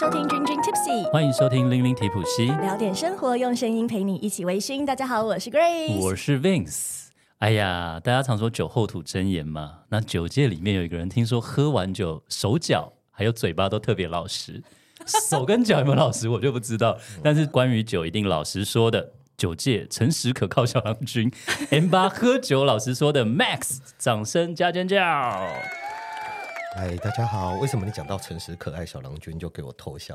收听《君君 Tipsy》，欢迎收听零零提普西，聊点生活，用声音陪你一起微醺。大家好，我是 Grace，我是 Vince。哎呀，大家常说酒后吐真言嘛，那酒界里面有一个人，听说喝完酒手脚还有嘴巴都特别老实，手跟脚有没有老实我就不知道，但是关于酒一定老实说的。酒界诚实可靠小郎君 M 八喝酒老实说的 Max，掌声加尖叫！哎，大家好！为什么你讲到诚实可爱小郎君就给我偷笑？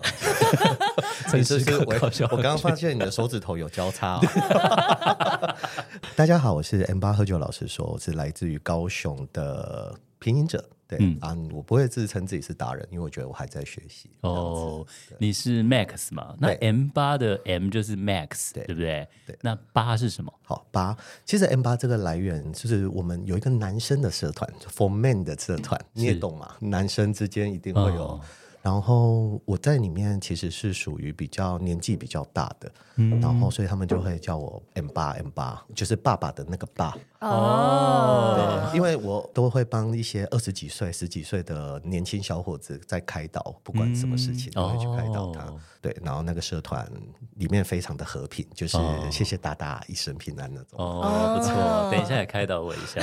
诚实可靠小郎君我我刚刚发现你的手指头有交叉、哦。 大家好，我是 M 八喝酒老师说，我是来自于高雄的拼音者。对、嗯啊，我不会自称自己是达人，因为我觉得我还在学习。哦哦，，你是 Max 嘛？那对 M 八的 M 就是 Max，对对不对？对那八是什么？好八，其实 M 八这个来源就是我们有一个男生的社团，For Men 的社团，你也懂嘛？男生之间一定会有。哦然后我在里面其实是属于比较年纪比较大的，嗯然后所以他们就会叫我 M 八 M 八，就是爸爸的那个爸。哦，嗯因为我都会帮一些二十几岁、十几岁的年轻小伙子在开导，不管什么事情嗯都会去开导他。哦对，然后那个社团里面非常的和平，就是哦谢谢大大一生平安那种。哦，不错，等一下也开导我一 下。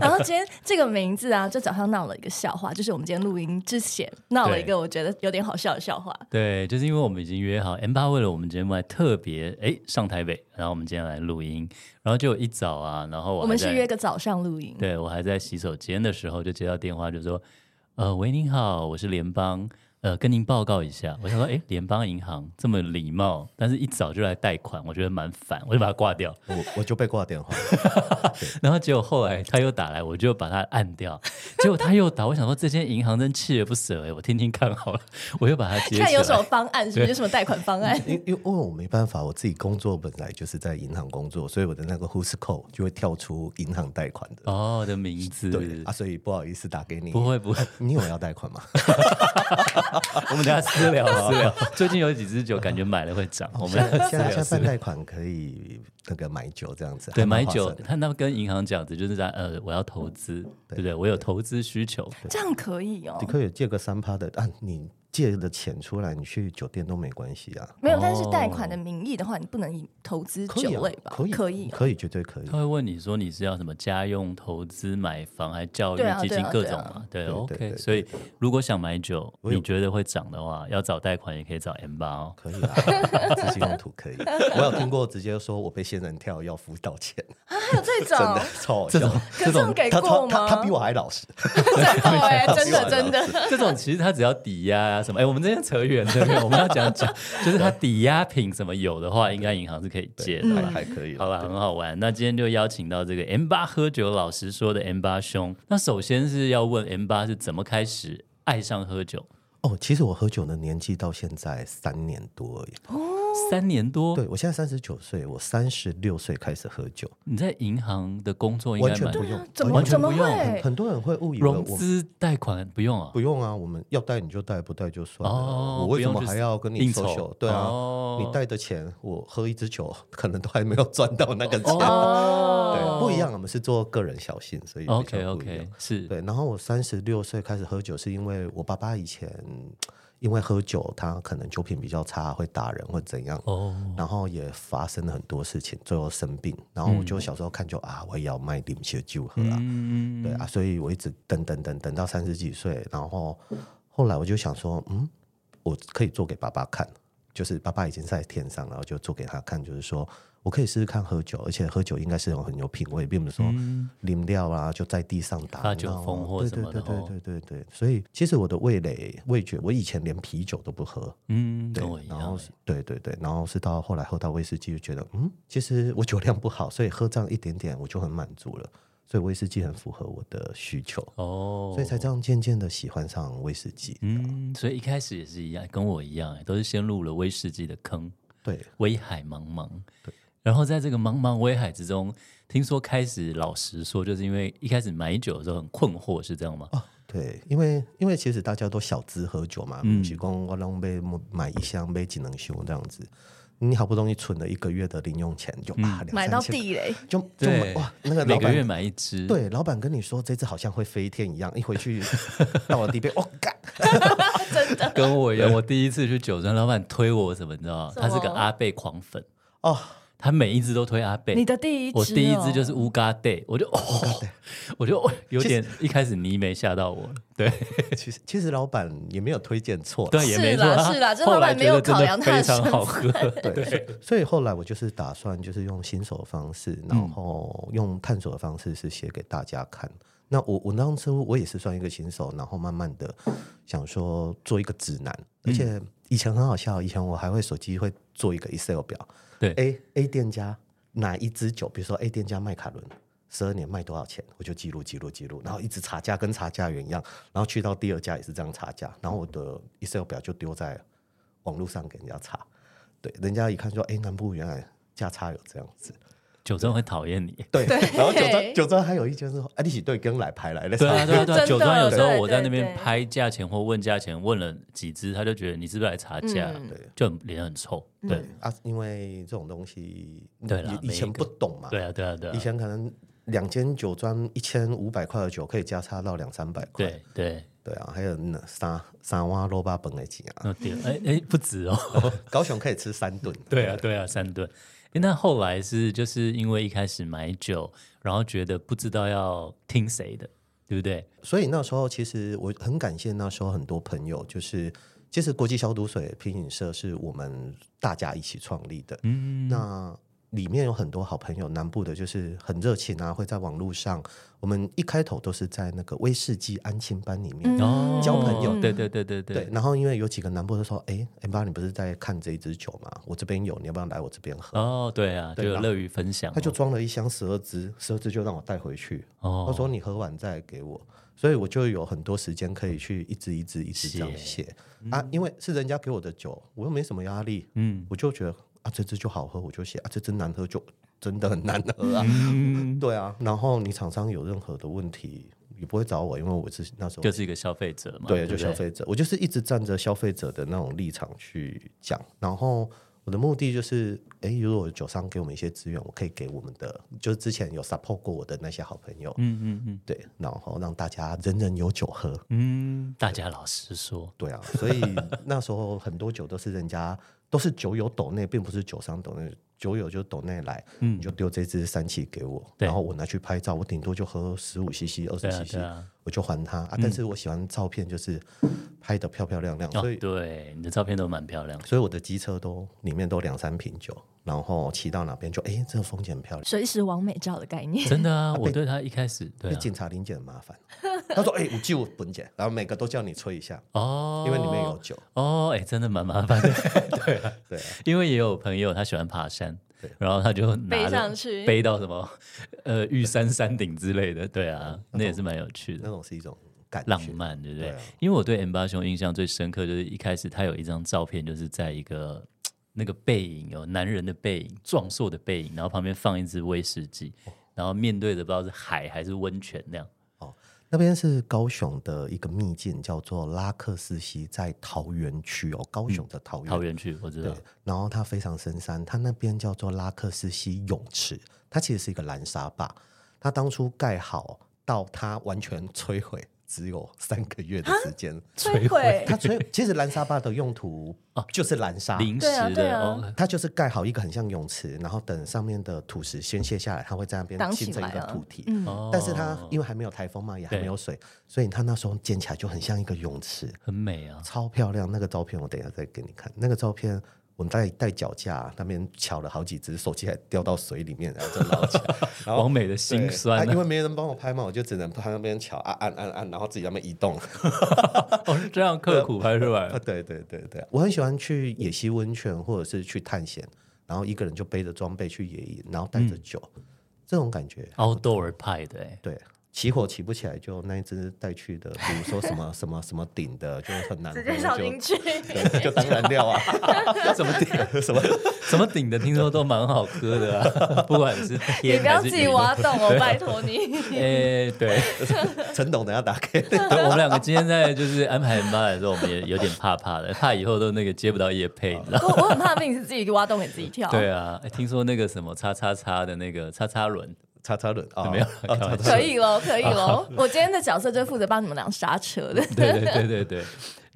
然后今天这个名字啊，就早上闹了一个笑话，就是我们今天录音之前闹了一对个我觉得有点好笑的笑话。对，就是因为我们已经约好 M 八为了我们节目还特别哎上台北，然后我们今天来录音，然后就一早啊，然后我我还们在是约个早上录音，对我还在洗手间的时候就接到电话，就说：“呃，喂，您好，我是联邦，呃，跟您报告一下。”我想说，哎，联邦银行这么礼貌，但是一早就来贷款，我觉得蛮烦，我就把它挂掉。我我就被挂电话，然后结果后来他又打来，我就把他按掉。结果他又打，我想说这间银行真锲而不舍哎、我听听看好了，我又把它接起来。看有什么方案，是不是有什么贷款方 案？因因为因为我没办法，我自己工作本来就是在银行工作，所以我的那个 Who's Call 就会跳出银行贷款的。哦的名字，对啊，所以不好意思打给你。不会不会，你有要贷款吗？啊我们等一下私聊私聊。最近有几支酒感觉买了会涨， 我们现在私现在聊现在私办聊。贷款可以那个买酒这样子，啊对，还蛮买划酒算，的他他们跟银行讲的就是在呃，我要投资，对不对？我有投资需求，这样可以哦你。可以借个三趴的啊，你借的钱出来，你去酒店都没关系啊。没有，但是贷款的名义的话，你不能以投资可以酒啊类吧？可以，可以哦，可以，绝对可以他。会问你说你是要什么家用、投资、买房，还教育对啊基金对啊各对种啊嘛？对对对，OK。对所以如果想买酒，我有你觉得会涨的话，要找贷款也可以找 M 八哦。可以啊， 资金用途可以。我有听过直接说我被仙人跳要付道歉，还有这真种的， 超好这笑种。 可是这种给他过他吗？他他比我还老实，真的 哎，真他的比我真的。 这种其实他只要抵押啊什么，哎，我们这边扯远了，对我们要讲 讲，就是他抵押品什么有的话，应该银行是可以借嗯的。还还可以啦。好啦，很好玩。那今天就邀请到这个 M 八喝酒老实说的 M 八兄。那首先是要问 M 八是怎么开始爱上喝酒？哦，其实我喝酒的年纪到现在三年多而已。三年多，对我现在三十九岁，我三十六岁开始喝酒，你在银行的工作应完该全蛮不用，啊怎么 完全怎不么用很会？很多人会误以为融我资贷款不用啊不？用啊，我们要带你就带，不带就算了。哦我为什不么用去还要跟应你酬收手？对啊，哦你带的钱，我喝一支酒，可能都还没有赚到那个钱。哦对，不一样，我们是做个人小信，所以比较，OK 不一 OK，样是对，然后我三十六岁开始喝酒，是因为我爸爸以前因为喝酒，他可能酒品比较差，会打人或怎样。哦，然后也发生了很多事情，最后生病。然后我就小时候看就、啊，我也要卖点些酒喝啊，嗯，对啊，所以我一直等等等等到三十几岁，然后后来我就想说，嗯，我可以做给爸爸看，就是爸爸已经在天上了，我就做给他看，就是说我可以试试看喝酒，而且喝酒应该是有很有品味，并不是说淋料啊就在地上打嗯发酒闹啊疯或对什么的对对哦对对对对，所以其实我的味蕾味觉，我以前连啤酒都不喝，嗯，对跟我，一然后样是，对对对，然后是到后来喝到威士忌就觉得，嗯，其实我酒量不好，所以喝这样一点点我就很满足了，所以威士忌很符合我的需求，哦，所以才这样渐渐的喜欢上威士忌。嗯，所以一开始也是一样，跟我一样，哎都是先入了威士忌的坑。对，威海茫茫。然后在这个茫茫威海之中，听说开始老实说，就是因为一开始买酒的时候很困惑，是这样吗？哦对，因为因为其实大家都小资喝酒嘛，嗯，是讲我拢被买一箱杯只能修这样子，你好不容易存了一个月的零用钱，就啊、两买到三千地雷，就就买哇，那个嗯每老个月板。买一支，，对，老板跟你说这次好像会飞天一样，一回去到了地杯，哦，干，跟我一样，我第一次去酒庄，老板推我什么，你知道吗？什么他是个阿贝狂粉，哦，他每一支都推阿贝。你的第一支、哦，我第一支就是乌嘎 day，我就 哦，我就哦有其点一开始你没吓到我，对其实其实老板也没有推荐错啦，对也没错哦是啦啊是啦这后老来板觉没有得真考量的他非的常身好喝，对，所以所以后来我就是打算就是用新手的方式，然后用探索的方式是写给大家看。那我我当初我也是算一个新手，然后慢慢的想说做一个指南，而且以前很好笑，以前我还会手机会做一个 Excel 表，对 A A 店家哪一支酒，比如说 A 店家卖卡伦。十二年卖多少钱，我就记录记录记录，然后一直查价，跟查价员一样，然后去到第二家也是这样查价，然后我的 Excel 表就丢在网络上给人家查，对，人家一看说，哎、南部原来价差有这样子，酒庄会讨厌你。对， 然后酒庄酒庄还有一间说，哎、你是对跟来排来的， 对啊，对啊，对啊！真的酒庄有时候 对我在那边对对拍价钱或问价钱，问了几支，他就觉得你是不是来查价嗯，就很脸很臭。对， 啊，因为这种东西，对啦以以每一前个不懂嘛，对啊，对啊，对啊以，前可能两间酒庄一千五百块的酒可以加差到两三百块，对对，对啊，还有那三三碗肉巴本的钱 啊，那点哎哎不止 哦。高雄可以吃三顿，对啊，对啊，三顿。诶那后来是就是因为一开始买酒，然后觉得不知道要听谁的，对不对？所以那时候其实我很感谢那时候很多朋友，就是其实国际消毒水品饮社是我们大家一起创立的，嗯，那里面有很多好朋友，南部的就是很热情啊，会在网络上，我们一开头都是在那个威士忌安亲班里面。嗯哦，交朋友对对对对对，然后因为有几个南部就说：“哎、m 爸，你不是在看这一支酒吗？我这边有，你要不要来我这边喝？”哦，对啊，就对有然乐于分享哦。他就装了一箱十二支，十二支就让我带回去。哦他说你喝完再给我，所以我就有很多时间可以去一支一支一支这样写啊，因为是人家给我的酒，我又没什么压力，嗯，我就觉得啊这支就好喝，我就写啊这支难喝就真的很难喝啊，嗯 对啊，然后你厂商有任何的问题也不会找我，因为我是那时候就是一个消费者嘛，对，对，就不消对。费者，我就是一直站着消费者的那种立场去讲，然后我的目的就是，诶，如果酒商给我们一些资源，我可以给我们的，就是之前有 support 过我的那些好朋友，嗯嗯嗯对，然后让大家人人有酒喝，嗯，大家老实说，对啊，所以那时候很多酒都是人家都是酒友抖内，并不是酒商抖内。酒友就抖内来，你就丢这支三七给我，嗯对然后我拿去拍照，我顶多就喝十五 CC、二对十啊 CC，对啊。我就还他啊。但是我喜欢照片，就是拍的漂漂亮亮，哦所以，对，你的照片都蛮漂亮。所以我的机车都里面都两三瓶酒，然后骑到哪边就哎、诶这个风景很漂亮。随时王美照的概 念，真的啊，我对他一开始对被啊警察临检很麻烦，他说：“哎、我记我本检，然后每个都叫你吹一下，哦，因为里面有酒。哦，哎、真的蛮麻烦的，对啊，因为也有朋友他喜欢爬山，然后他就 拿背着上去背到什么 呃玉山山顶之类的，对啊，那也是蛮有趣那的。种是一种感觉。浪漫，对不对？嗯对啊因为我对 M 八兄印象最深刻，就是一开始他有一张照片，就是在一个那个背影，有男人的背影，壮硕的背影，然后旁边放一支威士忌，哦然后面对着不知道是海还是温泉那样。那边是高雄的一个秘境，叫做拉克斯溪，在桃园区哦，高雄的桃园。桃园去，我知道对，，然后它非常深山，它那边叫做拉克斯溪泳池，它其实是一个蓝沙坝。它当初盖好到它完全摧毁，只有三个月的时间。摧毁 它所以其实蓝沙坝的用途哦就是蓝沙，临时对啊对的、啊哦，它就是盖好一个很像泳池，然后等上面的土石先卸下来，它会在那边挡形起成一来个了土堤。嗯，哦但是它因为还没有台风嘛，也还对没有水，所以它那时候建起来就很像一个泳池，很美啊，超漂亮。那个照片我等一下再给你看。那个照片我们带带脚架那边敲了好几只，手机还掉到水里面，然后就捞起来。然后王美的哦 对心酸啊，因啊，为没人帮我拍嘛，我就只能拍那边瞧，啊按按按，然后自己在那边移动。 哦，是这样刻苦拍出来啊，的。对对对对，我很喜欢去野溪温泉或者是去探险，然后一个人就背着装备去野营，然后带着酒，这种感觉。 outdoor 派的、欸，对，起火起不起来，就那一只带去的，比如说什么什么什么顶的，就很难喝，直接跳进就去， 对就当燃料 啊，什么顶什么什么顶的，听说都蛮好喝的、啊， 不管是你天不要还是自雨。己挖洞哦，拜托你。哎、对，陈董等下打开， 对我们两个今天在就是安排妈的时候，我们也有点怕怕的，怕以后都那个接不到叶配，你知道吗？ 我我很怕命是自己挖洞给自己哦跳， 对啊，哎听说那个什么叉叉叉的那个叉叉 轮，叉叉轮啊，没有啊开玩叉笑叉可以喽，可以喽。我今天的角色就是负责帮你们俩刹车的，对对对对对，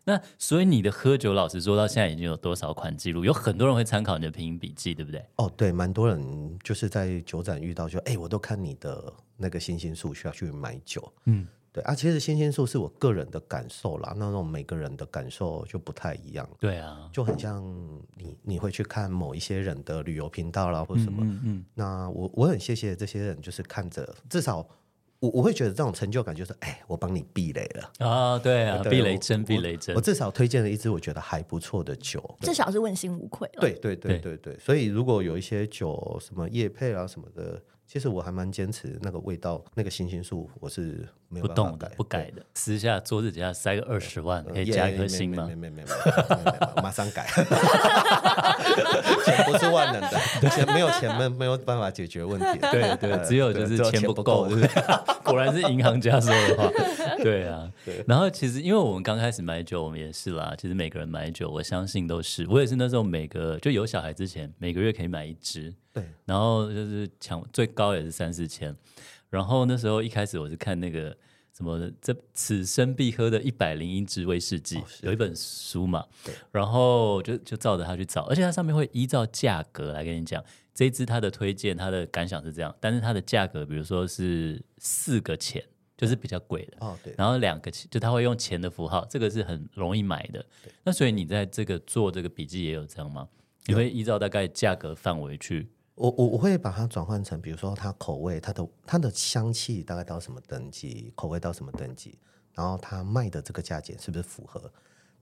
那所以你的喝酒老师说到现在已经有多少款记录？有很多人会参考你的拼音笔记，对不对？哦，对，蛮多人就是在酒展遇到就，哎，我都看你的那个星星树需要去买酒，嗯，对啊，其实星星树是我个人的感受啦，那种每个人的感受就不太一样，对啊，就很像你你会去看某一些人的旅游频道啦或什么，嗯嗯，那我我很谢谢这些人，就是看着至少我我会觉得这种成就感就是，哎，我帮你避雷了，啊，对啊，对避我雷针，我避雷针我，至少推荐了一支我觉得还不错的酒，对至少是问心无愧了。对对对对对，所以如果有一些酒什么叶配啊什么的，其实我还蛮坚持那个味道，那个新鲜素我是没有不办法动的，改呃不改的。私下桌子底下塞个二十万，对可以耶加耶一颗没星没吗没？没没没，没没没我马上改。 钱不是万能的，钱没有钱没没有办法解决问题的。呃对对，只有就是只有钱钱不不够，够对不对？ 果然是银行家说的话，对啊。然后其实因为我们刚开始买酒，我们也是啦。其实每个人买酒，我相信都是，我也是那时候每个就有小孩之前，每个月可以买一支， 对，然后就是抢最高也是三四千。然后那时候一开始我是看那个什么这此生必喝的一百零一支威士忌，有一本书嘛，然后就就照着它去找，而且它上面会依照价格来跟你讲这一支它的推荐，它的感想是这样，但是它的价格比如说是四个钱，就是比较贵的。哦对，然后两个钱就它会用钱的符号，这个是很容易买的。那所以你在这个做这个笔记也有这样吗？你会依照大概价格范围去我我我会把它转换成，比如说它口味，它的它的香气大概到什么等级，口味到什么等级，然后它卖的这个价钱是不是符合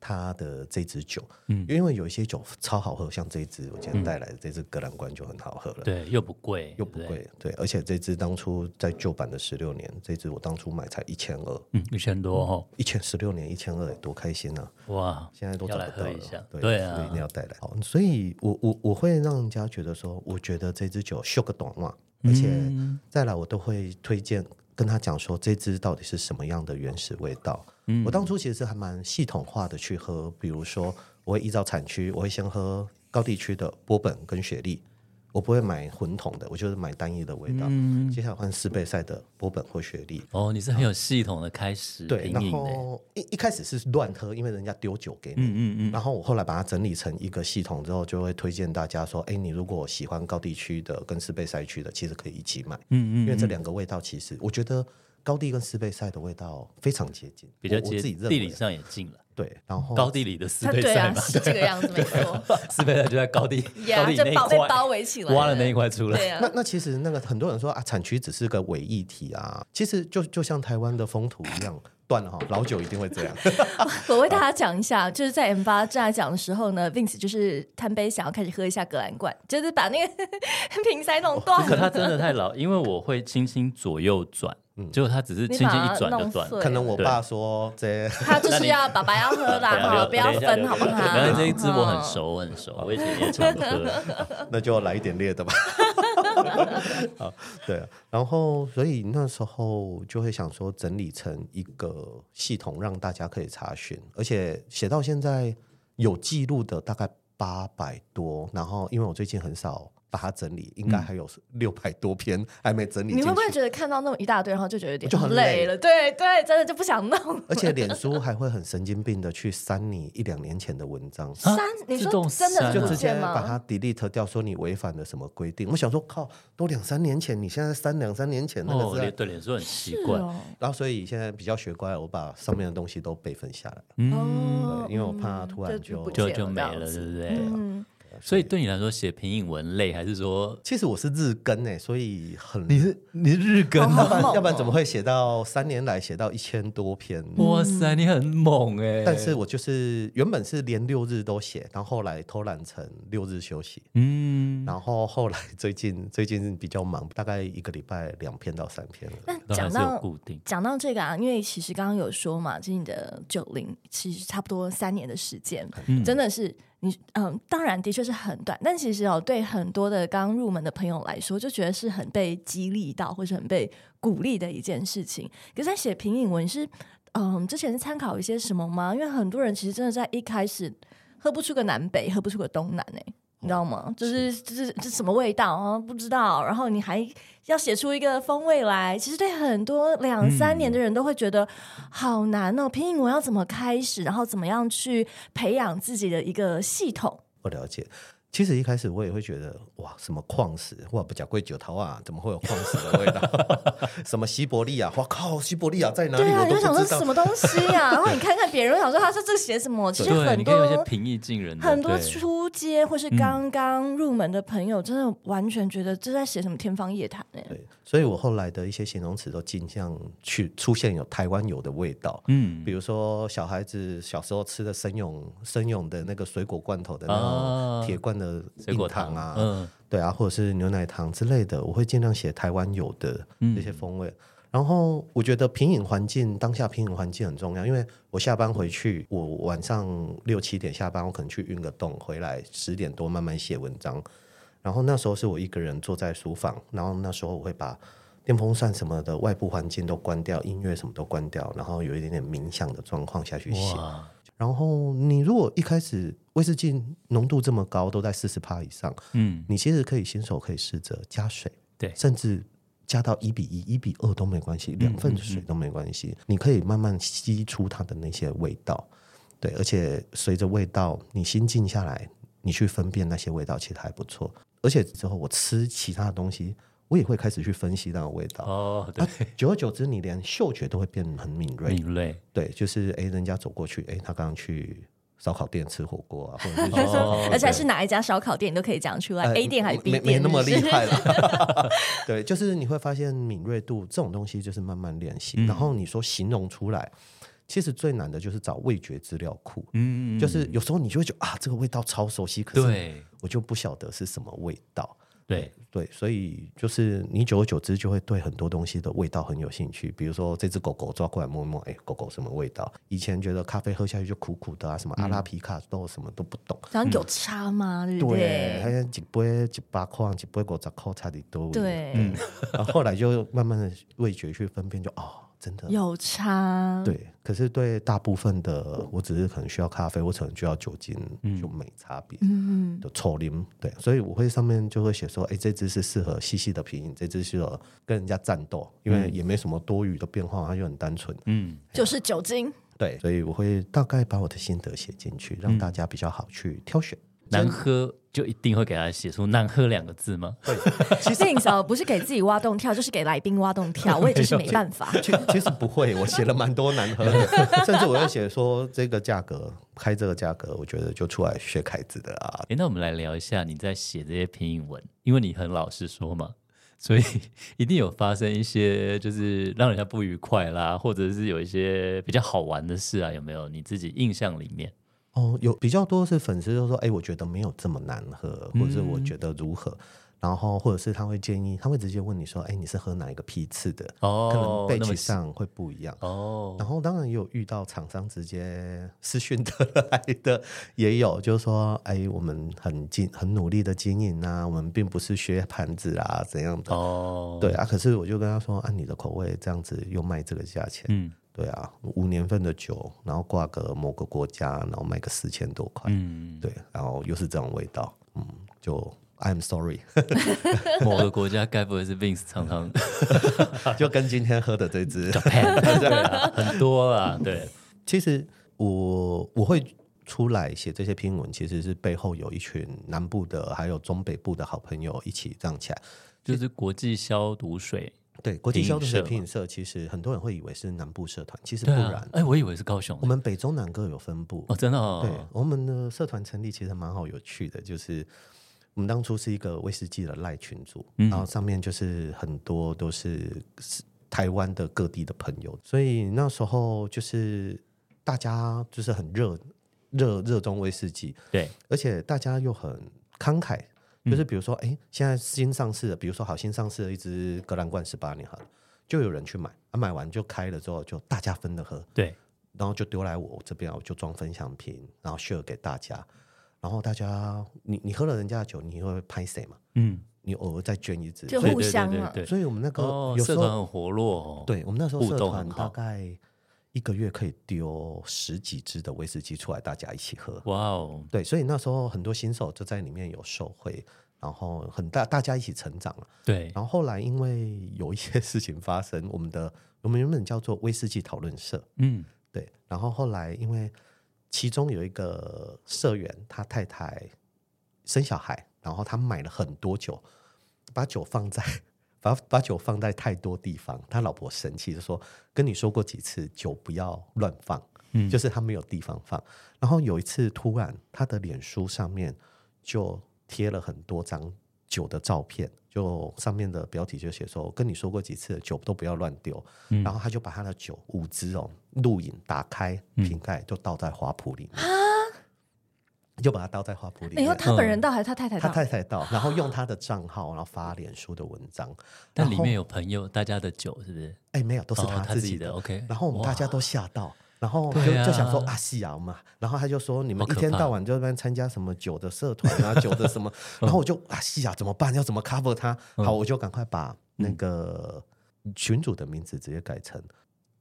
它的这支酒？嗯，因为有一些酒超好喝，像这一支我今天带来的这支格兰冠就很好喝了，嗯对，又不贵，又不对对，贵，对，而且这支当初在旧版的十六年，这支我当初买才一千二，嗯，一千多哦，一千十六年一千二，多开心啊！哇，现在都要找来不到喝了一下，，对对所以一啊定，要带来。好，所以我我我会让人家觉得说，我觉得这支酒秀个短袜，嗯而且再来我都会推荐跟他讲说，这支到底是什么样的原始味道。嗯我当初其实还蛮系统化的去喝，比如说我会依照产区，我会先喝高地区的波本跟雪莉。我不会买混桶的，我就是买单一的味道。嗯接下来换斯贝塞的波本或雪莉，哦，你是很有系统的开始对，品然饮的，嗯后一一开始是乱喝，因为人家丢酒给你，然后我后来把它整理成一个系统之后，就会推荐大家说，哎，你如果喜欢高地区的跟斯贝塞区的，其实可以一起买，嗯嗯因为这两个味道其实我觉得高地跟斯贝塞的味道非常接近，比较我接我自己认地理为哦上也近了，对，然后高地理的斯他贝对塞啊，嘛，是这个样子没 错。斯贝塞就在 高地，高呀，地那这一包被块包围起来，挖了那一块出来，对啊那，那其实那个很多人说啊，产区只是个伪议题啊，其实就就像台湾的风土一样，断了哈，老酒一定会 这样。我为大家讲一下，就是在 M 八站讲的时候呢，Vince 就是贪杯想要开始喝一下格兰冠，就是把那个 瓶塞弄断哦可了，它真的太老，因为我会轻轻左右转，嗯结果它只是你轻轻把一它转就弄断了碎。可能我对爸说这他就是要爸爸要喝啦，对啊哈，留不要留一下分留好不一下好？原来这一支我很嗯熟，我很熟，我以前也常喝。 那就来一点烈的吧。 好，对啊，然后所以那时候就会想说整理成一个系统，让大家可以查询，而且写到现在有记录的大概八百多，然后因为我最近很少把它整理，应该还有六百多篇还没整理你进会不会去。觉得看到那么一大堆，然后就觉得有点就很累累了？对对，真的就不想啊弄。而且脸书还会很神经病的去删你一两年前的文章，删啊，你自动说真的删是啊就不直接见把吗？它 delete 掉，说你违反了什么规定。我想说，靠，都两三年前，你现在删两三年前那哦，个是在脸对脸说很奇是怪，哦然后所以现在比较学乖，我把上面的东西都备份下来，哦对因为我怕突然嗯就就不嗯就见就没这了，样子对不对？嗯，所以对你来说，写平影文类还是说其实我是日更诶、所以很你日更啊要不然好猛哦要不然怎么会写到三年来写到一千多篇？哇嗯塞，你很猛哎、但是我就是原本是连六日都写，然后后来偷懒成六日休息，嗯，然后后来最近最近比较忙，大概一个礼拜两篇到三篇了。那都还讲是有到固定。讲到这个啊，因为其实刚刚有说嘛，就是你的九零其实差不多三年的时间，真的是你嗯，当然的确是很短，但其实哦，对很多的刚入门的朋友来说，就觉得是很被激励到，或是很被鼓励的一件事情。可是，在写平影文是嗯，之前是参考一些什么吗？因为很多人其实真的在一开始喝不出个南北，喝不出个东南诶、欸你知道吗？就是就是这什么味道啊，不知道。然后你还要写出一个风味来，其实对很多两三嗯年的人都会觉得好难哦。拼英文要怎么开始，然后怎么样去培养自己的一个系统？我了解。其实一开始我也会觉得，哇，什么矿石，哇，不讲贵酒桃啊，怎么会有矿石的味道？ 什么西伯利亚，哇靠，西伯利亚在哪里？对啊，我你就都想不说知道。什么东西呀、然后你看看别人，我想说他说这写什么？其实对，很你可以有一些多平易近人的，很多对初阶或是嗯刚刚入门的朋友，真的完全觉得这在写什么天方夜谭呢、对，所以我后来的一些形容词都尽量去出现有台湾有的味道，嗯比如说小孩子小时候吃的生勇生勇的那个水果罐头的那啊种铁罐的水硬果糖啊，嗯对啊，或者是牛奶糖之类的，我会尽量写台湾有的这嗯些风味。然后我觉得品饮环境，当下品饮环境很重要，因为我下班回去，我晚上六七点下班，我可能去运个动，回来十点多慢慢写文章。然后那时候是我一个人坐在书房，然后那时候我会把电风扇什么的外部环境都关掉，音乐什么都关掉，然后有一点点冥想的状况下去写。哇，然后你如果一开始威士忌浓度这么高，都在四十帕以上，嗯，你其实可以新手可以试着加水，对甚至加到一比一、一比二都没关系，两嗯份水都没关系，你可以慢慢吸出它的那些味道。对，而且随着味道，你心静下来，你去分辨那些味道，其实还不错。而且之后我吃其他的东西，我也会开始去分析那个味道。哦，对，久而久之，你连嗅觉都会变很敏锐。敏锐，啊对，就是诶，人家走过去，诶，他刚刚去烧烤店吃火锅啊，或者是就是说说哦，而且还是哪一家烧烤店，你都可以讲出来、呃 a 店还是 B 没店，没那么是厉不是害了。 对，就是你会发现敏锐度这种东西就是慢慢练嗯习，然后你说形容出来，其实最难的就是找味觉资料库。嗯，就是有时候你就会觉得啊，这个味道超熟悉，可是对我就不晓得是什么味道。对，对，所以就是你久而久之就会对很多东西的味道很有兴趣。比如说这只狗狗抓过来摸一摸，哎，狗狗什么味道？以前觉得咖啡喝下去就苦苦的啊，什么阿拉嗯皮卡豆什么都不懂。然后有差吗？对不嗯对，对好？像一杯一百块，一杯五十块差的多。，对，嗯然后后来就慢慢的味觉去分辨就，哦，真的。有差。对，可是对大部分的，我只是可能需要咖啡，我可能需要酒精，就没差别。嗯，就抽零对，所以我会上面就会写说，哎，这只是适合细细的品饮，这只适合跟人家战斗，因为也没什么多余的变化，它就很单纯。嗯，就是酒精，对，所以我会大概把我的心得写进去，让大家比较好去挑选。难喝就一定会给他写出“难喝”两个字吗？这首哦不是给自己挖洞跳，就是给来宾挖洞跳。我也就是没办法， 其其实不会，我写了蛮多难喝 的，甚至我要写说这个价格开这个价格，我觉得就出来学凯子的啊。诶，那我们来聊一下你在写这些拼音文，因为你很老实说嘛，所以 一定有发生一些就是让人家不愉快啦，或者是有一些比较好玩的事啊，有没有？你自己印象里面，哦，有比较多是粉丝就说，哎、我觉得没有这么难喝，或者是我觉得如何。然后，或者是他会建议，他会直接问你说：“哎，你是喝哪一个批次的？可能哦，背那起么上会不一样。哦，然后当然也有遇到厂商直接私讯的来的，也有就是说，哎，我们很经很努力的经营啊，我们并不是削盘子啊怎样的。哦，对啊，可是我就跟他说，按你的口味这样子又卖这个价钱，嗯对啊，五年份的酒，然后挂个某个国家，然后卖个四千多块，嗯，对，然后又是这种味道，嗯，就 I'm sorry， 某个国家该不会是 Vince 常常。就跟今天喝的这支 Japan 对啊，很多 啦，对，其实我我会出来写这些拼文，其实是背后有一群南部的，还有中北部的好朋友一起这样起来。就是国际消毒水，对，国际消毒品饮社水嘛品饮社，其实很多人会以为是南部社团，其实不对然。啊，哎，我以为是高雄我，们北中南各有分布，哦，真的对哦，，我们的社团成立其实蛮好有趣的，就是我们当初是一个威士忌的赖群组，然后上面就是很多都是是台湾的各地的朋友，所以那时候就是大家就是很热热热衷威士忌，对，而且大家又很慷慨。就是比如说，哎、现在新上市的，比如说好新上市的一支格兰冠十八年好了，就有人去买，啊，买完就开了之后就大家分着喝，对，然后就丢来我这边，我就装分享瓶，然后 share 给大家。然后大家，你你喝了人家的酒，你会拍谁嘛？嗯，你偶尔再捐一支，就所以互相嘛啊对对对对所以我们那个哦，有社时团候，很活络哦，对我们那时候互社动团很好大概一个月可以丢十几支的威士忌出来，大家一起喝。哇哦，对，所以那时候很多新手就在里面有受惠，然后很大大家一起成长了。对，然后后来因为有一些事情发生，我们的我们原本叫做威士忌讨论社，嗯，对，然后后来因为其中有一个社员，他太太生小孩，然后他买了很多酒，把酒放在把把酒放在太多地方，他老婆生气就说：“跟你说过几次酒不要乱放，嗯就是他没有地方放。”然后有一次突然他的脸书上面就贴了很多张酒的照片，就上面的标题就写说：“跟你说过几次酒都不要乱丢。然后他就把他的酒五支哦，录影打开瓶盖就倒在花圃里面，就把它倒在花圃里你面。说哎他本嗯人到还是他太太他到？太太到，然后用他的账号，然后发脸书的文章。但里然后面有朋友，大家的酒是不是？哎没有，都是哦他他自自己的。的，OK 哎然后我们大家都吓到，然后就、对啊就想说啊是啊嘛，然后他就说你们好一可天怕到晚就在那边参加什么酒的社团 啊，酒的什么，嗯然后我就啊是啊怎么办？要怎么 cover 他？好，我就赶快把那个群主的名字直接改成。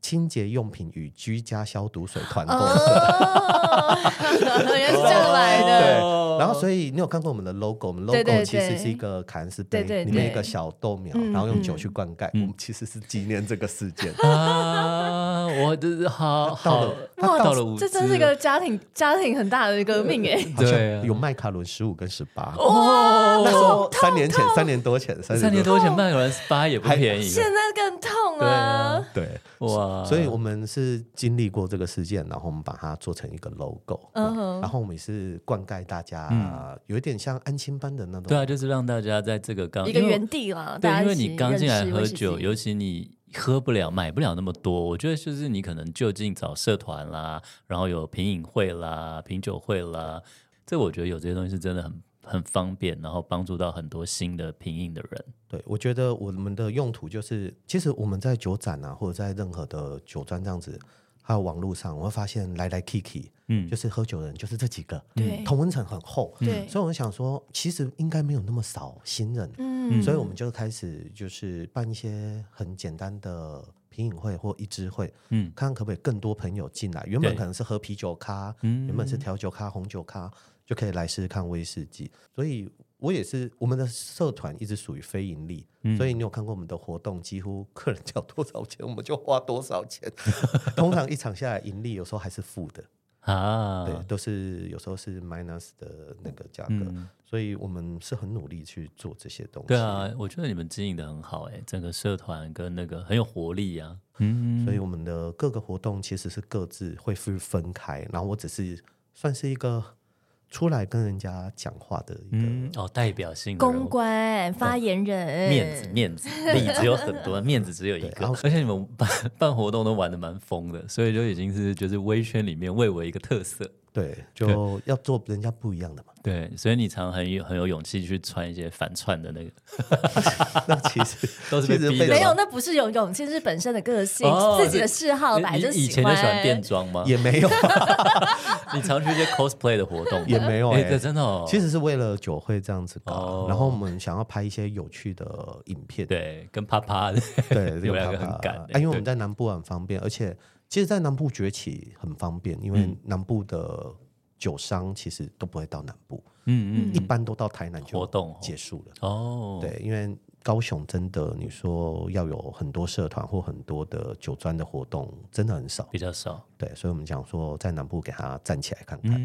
清洁用品与居家消毒水团购 社，哦， 原来是这样来的。哦对，然后所以你有看过我们的 logo？我们对 logo 对其实是一个凯恩斯对杯，对对里面一个小豆苗，嗯然后用酒嗯去灌溉。我们其实是纪念这个事 件。啊，我的好到好了，他哇，到了五，这真是个家庭家庭很大的一个命哎。好像对啊有麦卡伦十五跟十八。哦那时候三年前，三年多前，三年多前卖了八也不还便宜，现在更痛对啊啊！对，哇，所以我们是经历过这个事件，然后我们把它做成一个 logo，嗯哼然后我们也是灌溉大嗯家，有一点像安亲班的那种，对啊，就是让大家在这个刚一个因为原地啦，大对，啊家因为一起你刚进来认识喝威士忌酒，尤其你喝不了、买不了那么多，我觉得就是你可能就近找社团啦，然后有品饮会啦、品酒会啦，这我觉得有这些东西是真的很很方便，然后帮助到很多新的品饮的人。对，我觉得我们的用途就是，其实我们在酒展啊，或者在任何的酒庄这样子，还有网络上，我会发现来来 Kiki，嗯就是喝酒的人就是这几个，对同温层很厚，对所以我想说，其实应该没有那么少新人，嗯所以我们就开始就是办一些很简单的品饮会或一支会，嗯，看看可不可以更多朋友进来。原本对可能是喝啤酒咖，嗯原本是调酒咖、红酒咖，就可以来试试看威士忌。所以我也是，我们的社团一直属于非盈利，嗯所以你有看过我们的活动，几乎客人交多少钱，我 们就花多少钱。通常一场下来盈利有时候还是负的，啊，对，都是有时候是 minus 的那个价格，嗯所以我们是很努力去做这些东西。对啊，我觉得你们经营的很好、欸，哎，整个社团跟那个很有活力啊。嗯，所以我们的各个活动其实是各自会分分开，然后我只是算是一个出来跟人家讲话的一个，嗯，哦，代表性的人物公关发言人嗯面子，面子，里子有很 多，面子只有一个然后。而且你们办办活动都玩的蛮疯的，所以就已经是就是微圈里面蔚为一个特色。对，就要做人家不一样的嘛。对，所以你常很有很有勇气去穿一些反串的那个，那 其实都是被其实逼的被没有，那不是有勇气，是本身的个性哦，自己的嗜好，本来就你以前就喜欢变装吗？也没有，哦你常去一些 cosplay 的活动吗也没有哎哎这真的哦。其实是为了酒会这样子搞，哦然后我们想要拍一些有趣的影片，对，跟啪啪的，对， 你们两个怕怕很赶啊哎因为我们对在南部很方便，而且其实，在南部崛起很方便，嗯因为南部的酒商其实都不会到南部，嗯嗯一般都到台南就活动哦结束了。哦，对，因为高雄真的，你说要有很多社团或很多的酒庄的活动，真的很少。比较少。嗯对，所以我们讲说，在南部给它站起来看看。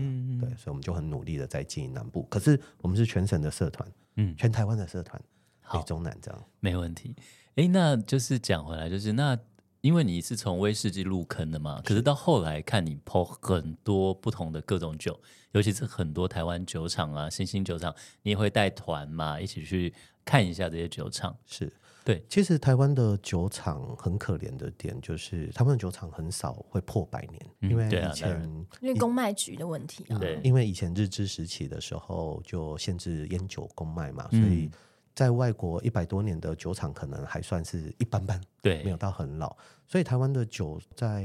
对，所以我们就很努力的在经营南部。可是我们是全省的社团，嗯全台湾的社团，好北中南这样。没问题。诶，那就是讲回来，就是那因为你是从威士忌入坑的嘛，可是到后来看你泡很多不同的各种酒，尤其是很多台湾酒厂啊、新兴酒厂，你也会带团嘛，一起去看一下这些酒厂。是对，其实台湾的酒厂很可怜的点就是，他们的酒厂很少会破百年，嗯因为对啊以前、当因为公卖局的问题啊，对因为以前日治时期的时候就限制烟酒公卖嘛，所嗯以在外国一百多年的酒厂可能还算是一般般，没对，有到很老。所以台湾的酒在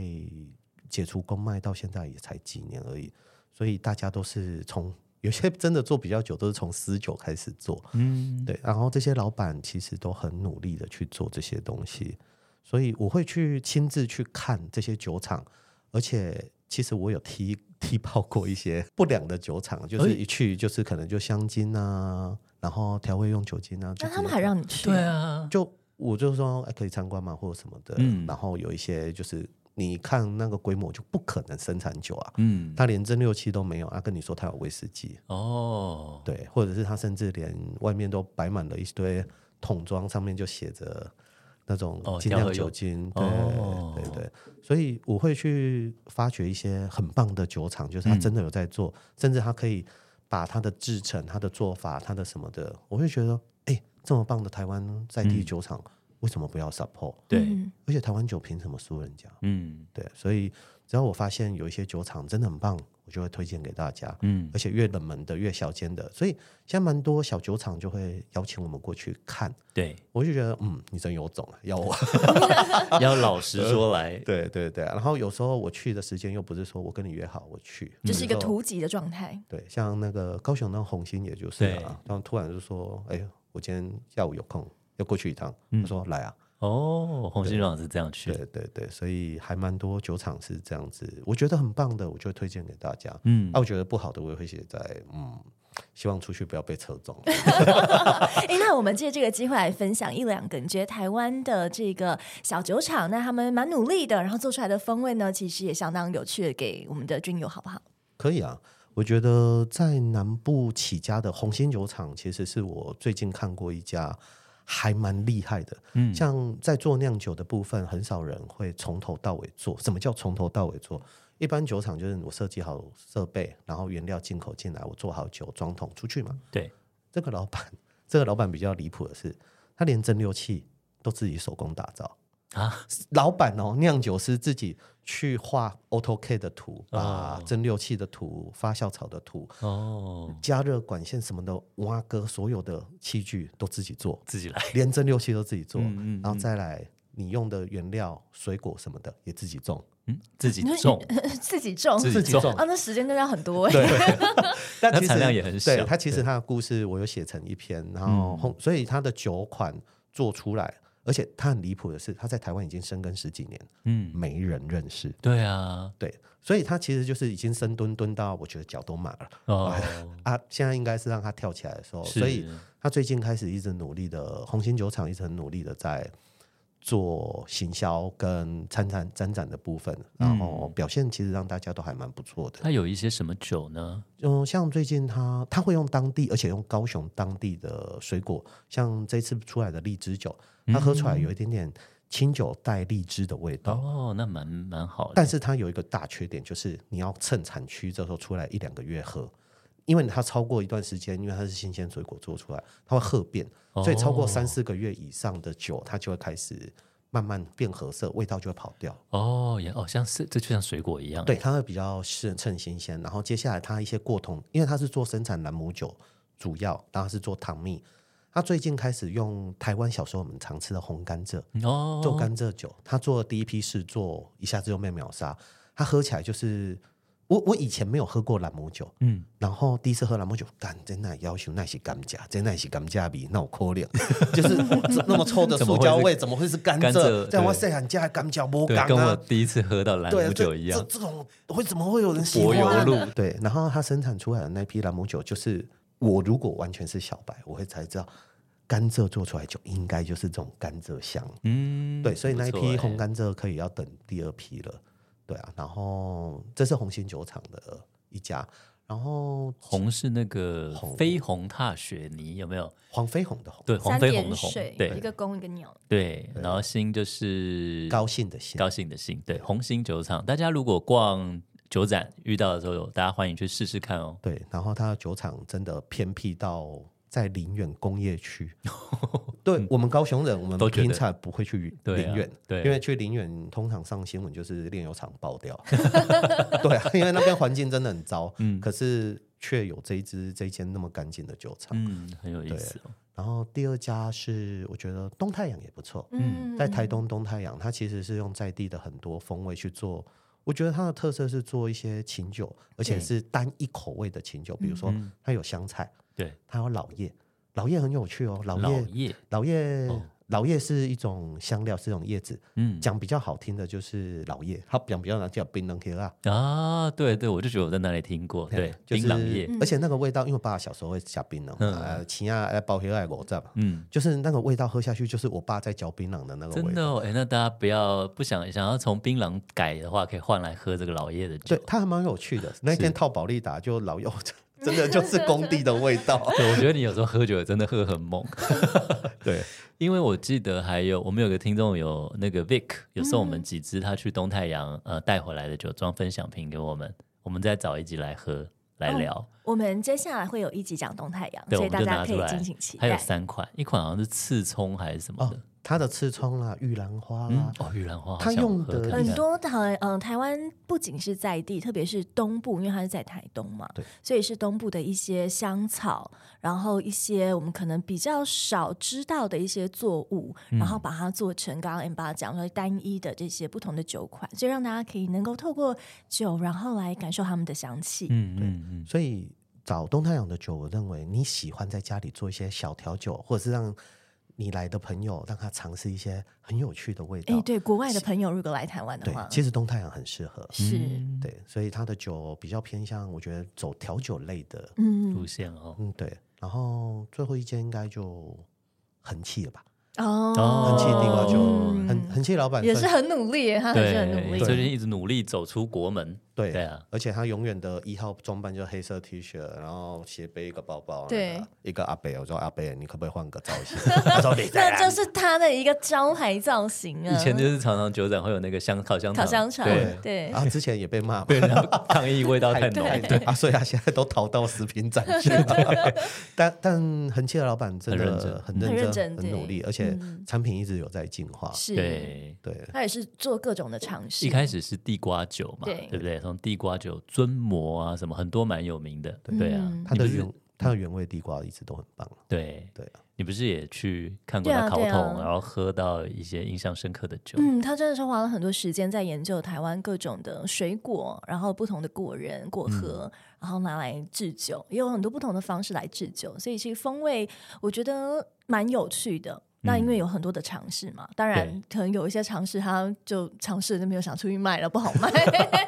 解除公卖到现在也才几年而已，所以大家都是从有些真的做比较久，都是从私酒开始做，嗯，对，然后这些老板其实都很努力的去做这些东西，所以我会去亲自去看这些酒厂，而且其实我有踢 踢爆过一些不良的酒厂，就是哎一去就是可能就香精啊，然后调味用酒精啊，就那直他们接还让你去？对，啊，就我就说、哎可以参观嘛，或者什么的，嗯然后有一些就是你看那个规模就不可能生产酒啊，嗯，他连蒸馏器都没有，他、跟你说他有威士忌，哦，对，或者是他甚至连外面都摆满了一堆桶装，上面就写着那种哦精调酿和酒用精，哦对对对，所以我会去发掘一些很棒的酒厂，就是他嗯真的有在做，甚至他可以把他的制成、他的做法、他的什么的，我会觉得，哎、这么棒的台湾在地嗯酒厂，为什么不要 support？对，嗯而且台湾酒凭什么输人家？嗯对，所以只要我发现有一些酒厂真的很棒，我就会推荐给大家。嗯而且越冷门的越小间的，所以现在蛮多小酒厂就会邀请我们过去看， 对，我就觉得嗯，你真有种啊，要我。要老实说 来，对对对，啊然后有时候我去的时间又不是说我跟你约好我去，就是一个有时候。图集的状态。 对，像那个高雄那个红星也就是对啊，然后突然就说，哎，我今天下午有空要过去一趟，嗯他说来啊，哦，红星老师这样去对，对对，所以还蛮多酒厂是这样子，我觉得很棒的，我就会推荐给大家。嗯啊，我觉得不好的我也会写在，嗯，希望出去不要被车撞。哎，那我们借这个机会来分享一两个，你觉得台湾的这个小酒厂，那他们蛮努力的，然后做出来的风味呢，其实也相当有趣的，给我们的军友好不好？可以啊，我觉得在南部起家的红星酒厂，其实是我最近看过一家还蛮厉害的。嗯像在做酿酒的部分，很少人会从头到尾做。什么叫从头到尾做？一般酒厂就是我设计好设备，然后原料进口进来，我做好酒装桶出去嘛。对，这个老板，这个老板比较离谱的是，他连蒸馏器都自己手工打造。啊， 老板哦，酿酒师自己去画 AutoK 的图，把蒸馏器的图、发酵槽的图、哦，加热管线什么的，挖哥所有的器具都自己做，自己来，连蒸馏器都自己做，嗯嗯然后再来你用的原料、水果什么的也自己种，嗯，自己你说 种，自己种自己种啊，那时间真的要很多哎、对，但它其实产量也很小嗯对，它其实它的故事我有写成一篇，然后后、所以它的酒款做出来，而且它很离谱的是，它在台湾已经生根十几年，嗯，没人认识。对啊，对，所以他其实就是已经深蹲蹲到我觉得脚都麻了哦， 啊！现在应该是让他跳起来的时候，是所以他最近开始一直努力的，红星酒厂一直很努力的在做行销跟参展参展的部分，然后嗯表现其实让大家都还蛮不错的。它有一些什么酒呢？嗯，像最近他他会用当地，而且用高雄当地的水果，像这次出来的荔枝酒，它喝出来有一点点清酒带荔枝的味道。哦，那蛮蛮好的，但是它有一个大缺点，就是你要趁产区这时候出来一两个月喝，因为它超过一段时间，因为它是新鲜水果做出来，它会褐变，哦所以超过三四个月以上的酒，它就会开始慢慢变褐色，味道就会跑掉。哦，也哦，像是这就像水果一样，对，它会比较是趁新鲜。然后接下来它一些过桶，因为它是做生产兰姆酒主要，然后是做糖蜜。它最近开始用台湾小时候我们常吃的红甘蔗，哦，做甘蔗酒，他做的第一批是做一下子就被秒杀，他喝起来就是我我以前没有喝过朗姆酒，嗯，然后第一次喝朗姆酒，干真那要求那是甘蔗，真那是甘蔗味，那我可怜，就是 这那么臭的怎么塑会胶是味，怎么会是甘甘蔗蔗？在我对细汉家甘蔗无对甘，跟我啊。第一次喝到兰对啊姆这酒一样这，这种会怎么会有人喜柏欢？啊油路，对，然后它生产出来的那批朗姆酒，就是我如果完全是小白，我会才知道甘蔗做出来酒应该就是这种甘蔗香。嗯，对，所以那一不错批欸红甘蔗可以要等第二批了。对啊，然后这是红星酒厂的一家，然后红是那个红绯红踏雪泥，有没有？黄飞鸿的鸿，对，黄三飞鸿的点红水，，一对个公一个鸟，对，然后星就是高兴的兴，高兴的兴，对，红星酒厂，大家如果逛酒展遇到的时候，大家欢迎去试试看哦。对，然后它的酒厂真的偏僻到在林园工 业区。对我们高雄人，我们嗯都觉得平常不会去对啊林园，对啊因为去林园通常上新闻就是炼油厂爆掉， 对啊，因为那边环境真的很糟，嗯可是却有这一支这一间那么干净的酒厂。嗯，很有意思哦。然后第二家是我觉得东太阳也不错，嗯，在台东东太阳，它其实是用在地的很多风味去做。我觉得它的特色是做一些琴酒，而且对是单一口味的琴嗯酒，比如说它有香菜，对，它有老叶，老叶很有趣哦，老老叶叶，老叶哦老叶是一种香料，是一种叶子。嗯讲比较好听的就是老叶，它讲比较难听叫槟榔叶啊，啊，对对，我就觉得我在那里听过，对，就是槟榔叶，而且那个味道，因为我爸小时候会夹槟榔，嗯呃，其他来包黑爱果这样，嗯，就是那个味道喝下去，就是我爸在嚼槟榔的那个真味的道。哦，哎，那大家不要不想想要从槟榔改的话，可以换来喝这个老叶的酒对，。它还蛮有趣的。那天是套保利达就老叶，真的就是工地的味 道。对，我觉得你有时候喝酒也真的喝很猛， 对， 因为我记得还有我们有个听众有那个 Vic 有送我们几支他去东太阳呃带回来的酒庄分享瓶给我们，我们再找一集来喝来聊。我们接下来会有一集讲东太阳，对，所我以们大就家拿可出以来敬请期还有待。三款，一款好像是刺葱还是什么哦的，，它的刺葱啦、玉兰花啦嗯，，哦，玉兰花好它像用喝的看很看多台嗯、台湾不仅是在地，特别是东部，因为它是在台东嘛对，所以是东部的一些香草，然后一些我们可能比较少知道的一些作物，然后把它做成刚刚 M 八讲说单一的这些不同的酒款，所以让大家可以能够透过酒，然后来感受它们的香气。嗯嗯嗯，所以找东太阳的酒，我认为你喜欢在家里做一些小调酒，或者是让你来的朋友让他尝试一些很有趣的味哎、道。对，国外的朋友如果来台湾的对话，其实东太阳很适合。是嗯对，所以它的酒比较偏向，我觉得走调酒类的。嗯路线哦，嗯，对。然后最后一间应该就恒气了吧？哦哦恒气地瓜酒，嗯恒恒气老板也算是很努力耶，他还是很努对，力。最近一直努力走出国门，对对啊而且他永远的一号装扮就是黑色 T 恤，然后斜背一个包包，对，一个阿伯，我说阿伯，你可不可以换个造 型？他说你那在哪就里是他的一个招牌造型啊。以前就是常常酒展会有那个香烤香烤香肠，肠，对，对，啊，之前也被骂嘛，被人家抗议味道太浓，对对啊，所以他现在都逃到食品展去 了。但但恒切的老板真很认的真很认很真、认真对嗯努力，而且产品一直有在进化。是，对。对，他也是做各种的尝试。一开始是地瓜酒嘛，对对不对？从地瓜酒、尊魔啊，什么很多蛮有名的，对啊嗯。它的你不是原它的原味地瓜一直都很棒。对对啊，你不是也去看过对啊他烤对啊桶，然后喝到一些印象深刻的酒？嗯，他真的是花了很多时间在研究台湾各种的水果，然后不同的果仁、果嗯核，然后拿来制酒，也有很多不同的方式来制酒，所以其实风味我觉得蛮有趣的。嗯那因为有很多的尝试嘛，当然可能有一些尝试，他就尝试了就没有想出去卖了，不好 卖。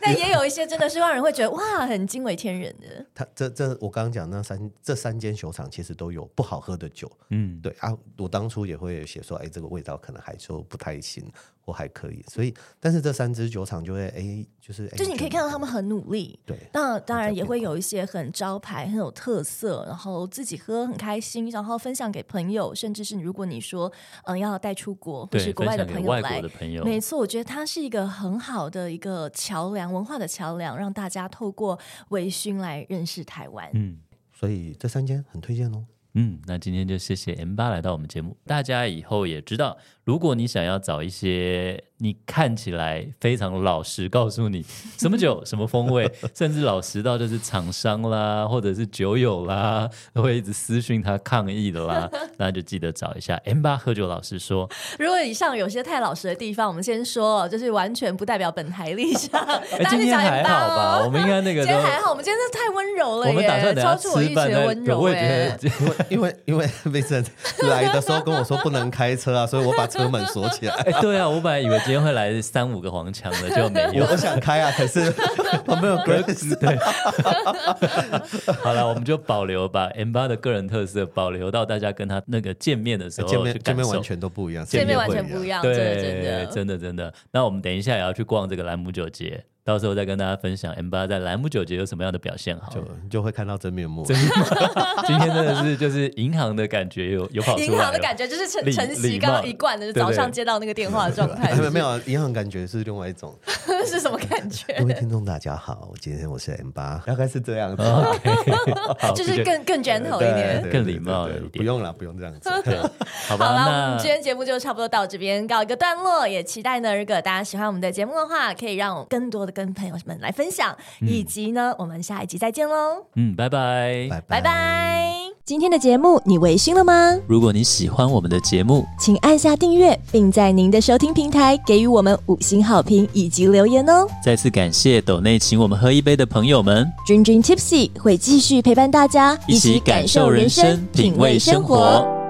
但也有一些真的是让人会觉得哇，很惊为天人的。它这这我刚刚讲那三这三间酒厂其实都有不好喝的酒。嗯，对啊，我当初也会写说，哎，这个味道可能还说不太行，或还可以。所以，但是这三支酒厂就会，哎，就是哎就是你可以看到他觉们很努力，得对那当然也变会有一些很招牌、很有特色，然后自己喝很开心，然后分享给朋友，甚至是如果你说嗯要带出国或对，是国分外的享给朋友外来国的，朋友，没错，我觉得它是一个很好的一个桥梁，文化的桥梁，让大家透过微醺来认识台湾。嗯。所以这三间很推荐哦。嗯，那今天就谢谢 M 八来到我们节目。大家以后也知道，如果你想要找一些你看起来非常老实告诉你什么酒、什么风味，甚至老实到就是厂商啦，或者是酒友啦，都会一直私讯他抗议的 啦，那就记得找一下 M 八喝酒老师说。如果以上有些太老实的地方，我们先说哦，就是完全不代表本台立场。哎， 大家今去天找还也罢好吧？哦我们应该那个今都天，还好，我们今天真的太温柔了我耶，们打算等下超出我吃预期饭的再，温柔耶。欸我也觉得。因为因为因为 Vincent 来的时候跟我说不能开车啊，所以我把车门锁起来。哎，对啊，我本来以为今天会来三五个黄腔的，就没有我。我想开啊，可是我没有 grace。对， 好了，我们就保留把 M 八的个人特色保留到大家跟他那个见面的时候见去面见感面受完。全都不一样，见面完会全不一样，真对，的真的真的真的那我们等一下也要去逛这个兰姆酒节，到时候再跟大家分享 M 八在兰姆酒节有什么样的表现好了。就就会看到真面目。今天真的是就是银行的感觉有有跑出来银行的感觉。觉就是晨礼晨礼曦貌刚刚一贯的，就对早对上接到那个电话的状态，没有没有，银行感觉是另外一种。有 是什么感觉各？位听众大家好，今天我是 M 八，大概是这样子，好就是这个更更卷头一对点。对对更礼貌了一对点不用了，不用这样子。对，好吧，好啦，我那们今天节目就差不多到这边告一个段落，也期待呢，如果大家喜欢我们的节目的话，可以让我更多的跟朋友们来分享，以及呢，我们下一集再见喽，嗯，拜拜。拜拜拜。今天的节目你微醺了吗？如果你喜欢我们的节目，请按下订阅，并在您的收听平台给予我们五星好评以及留言哦。再次感谢斗内请我们喝一杯的朋友们，君君 Tipsy 会继续陪伴大家，一起感受人生，品味生活。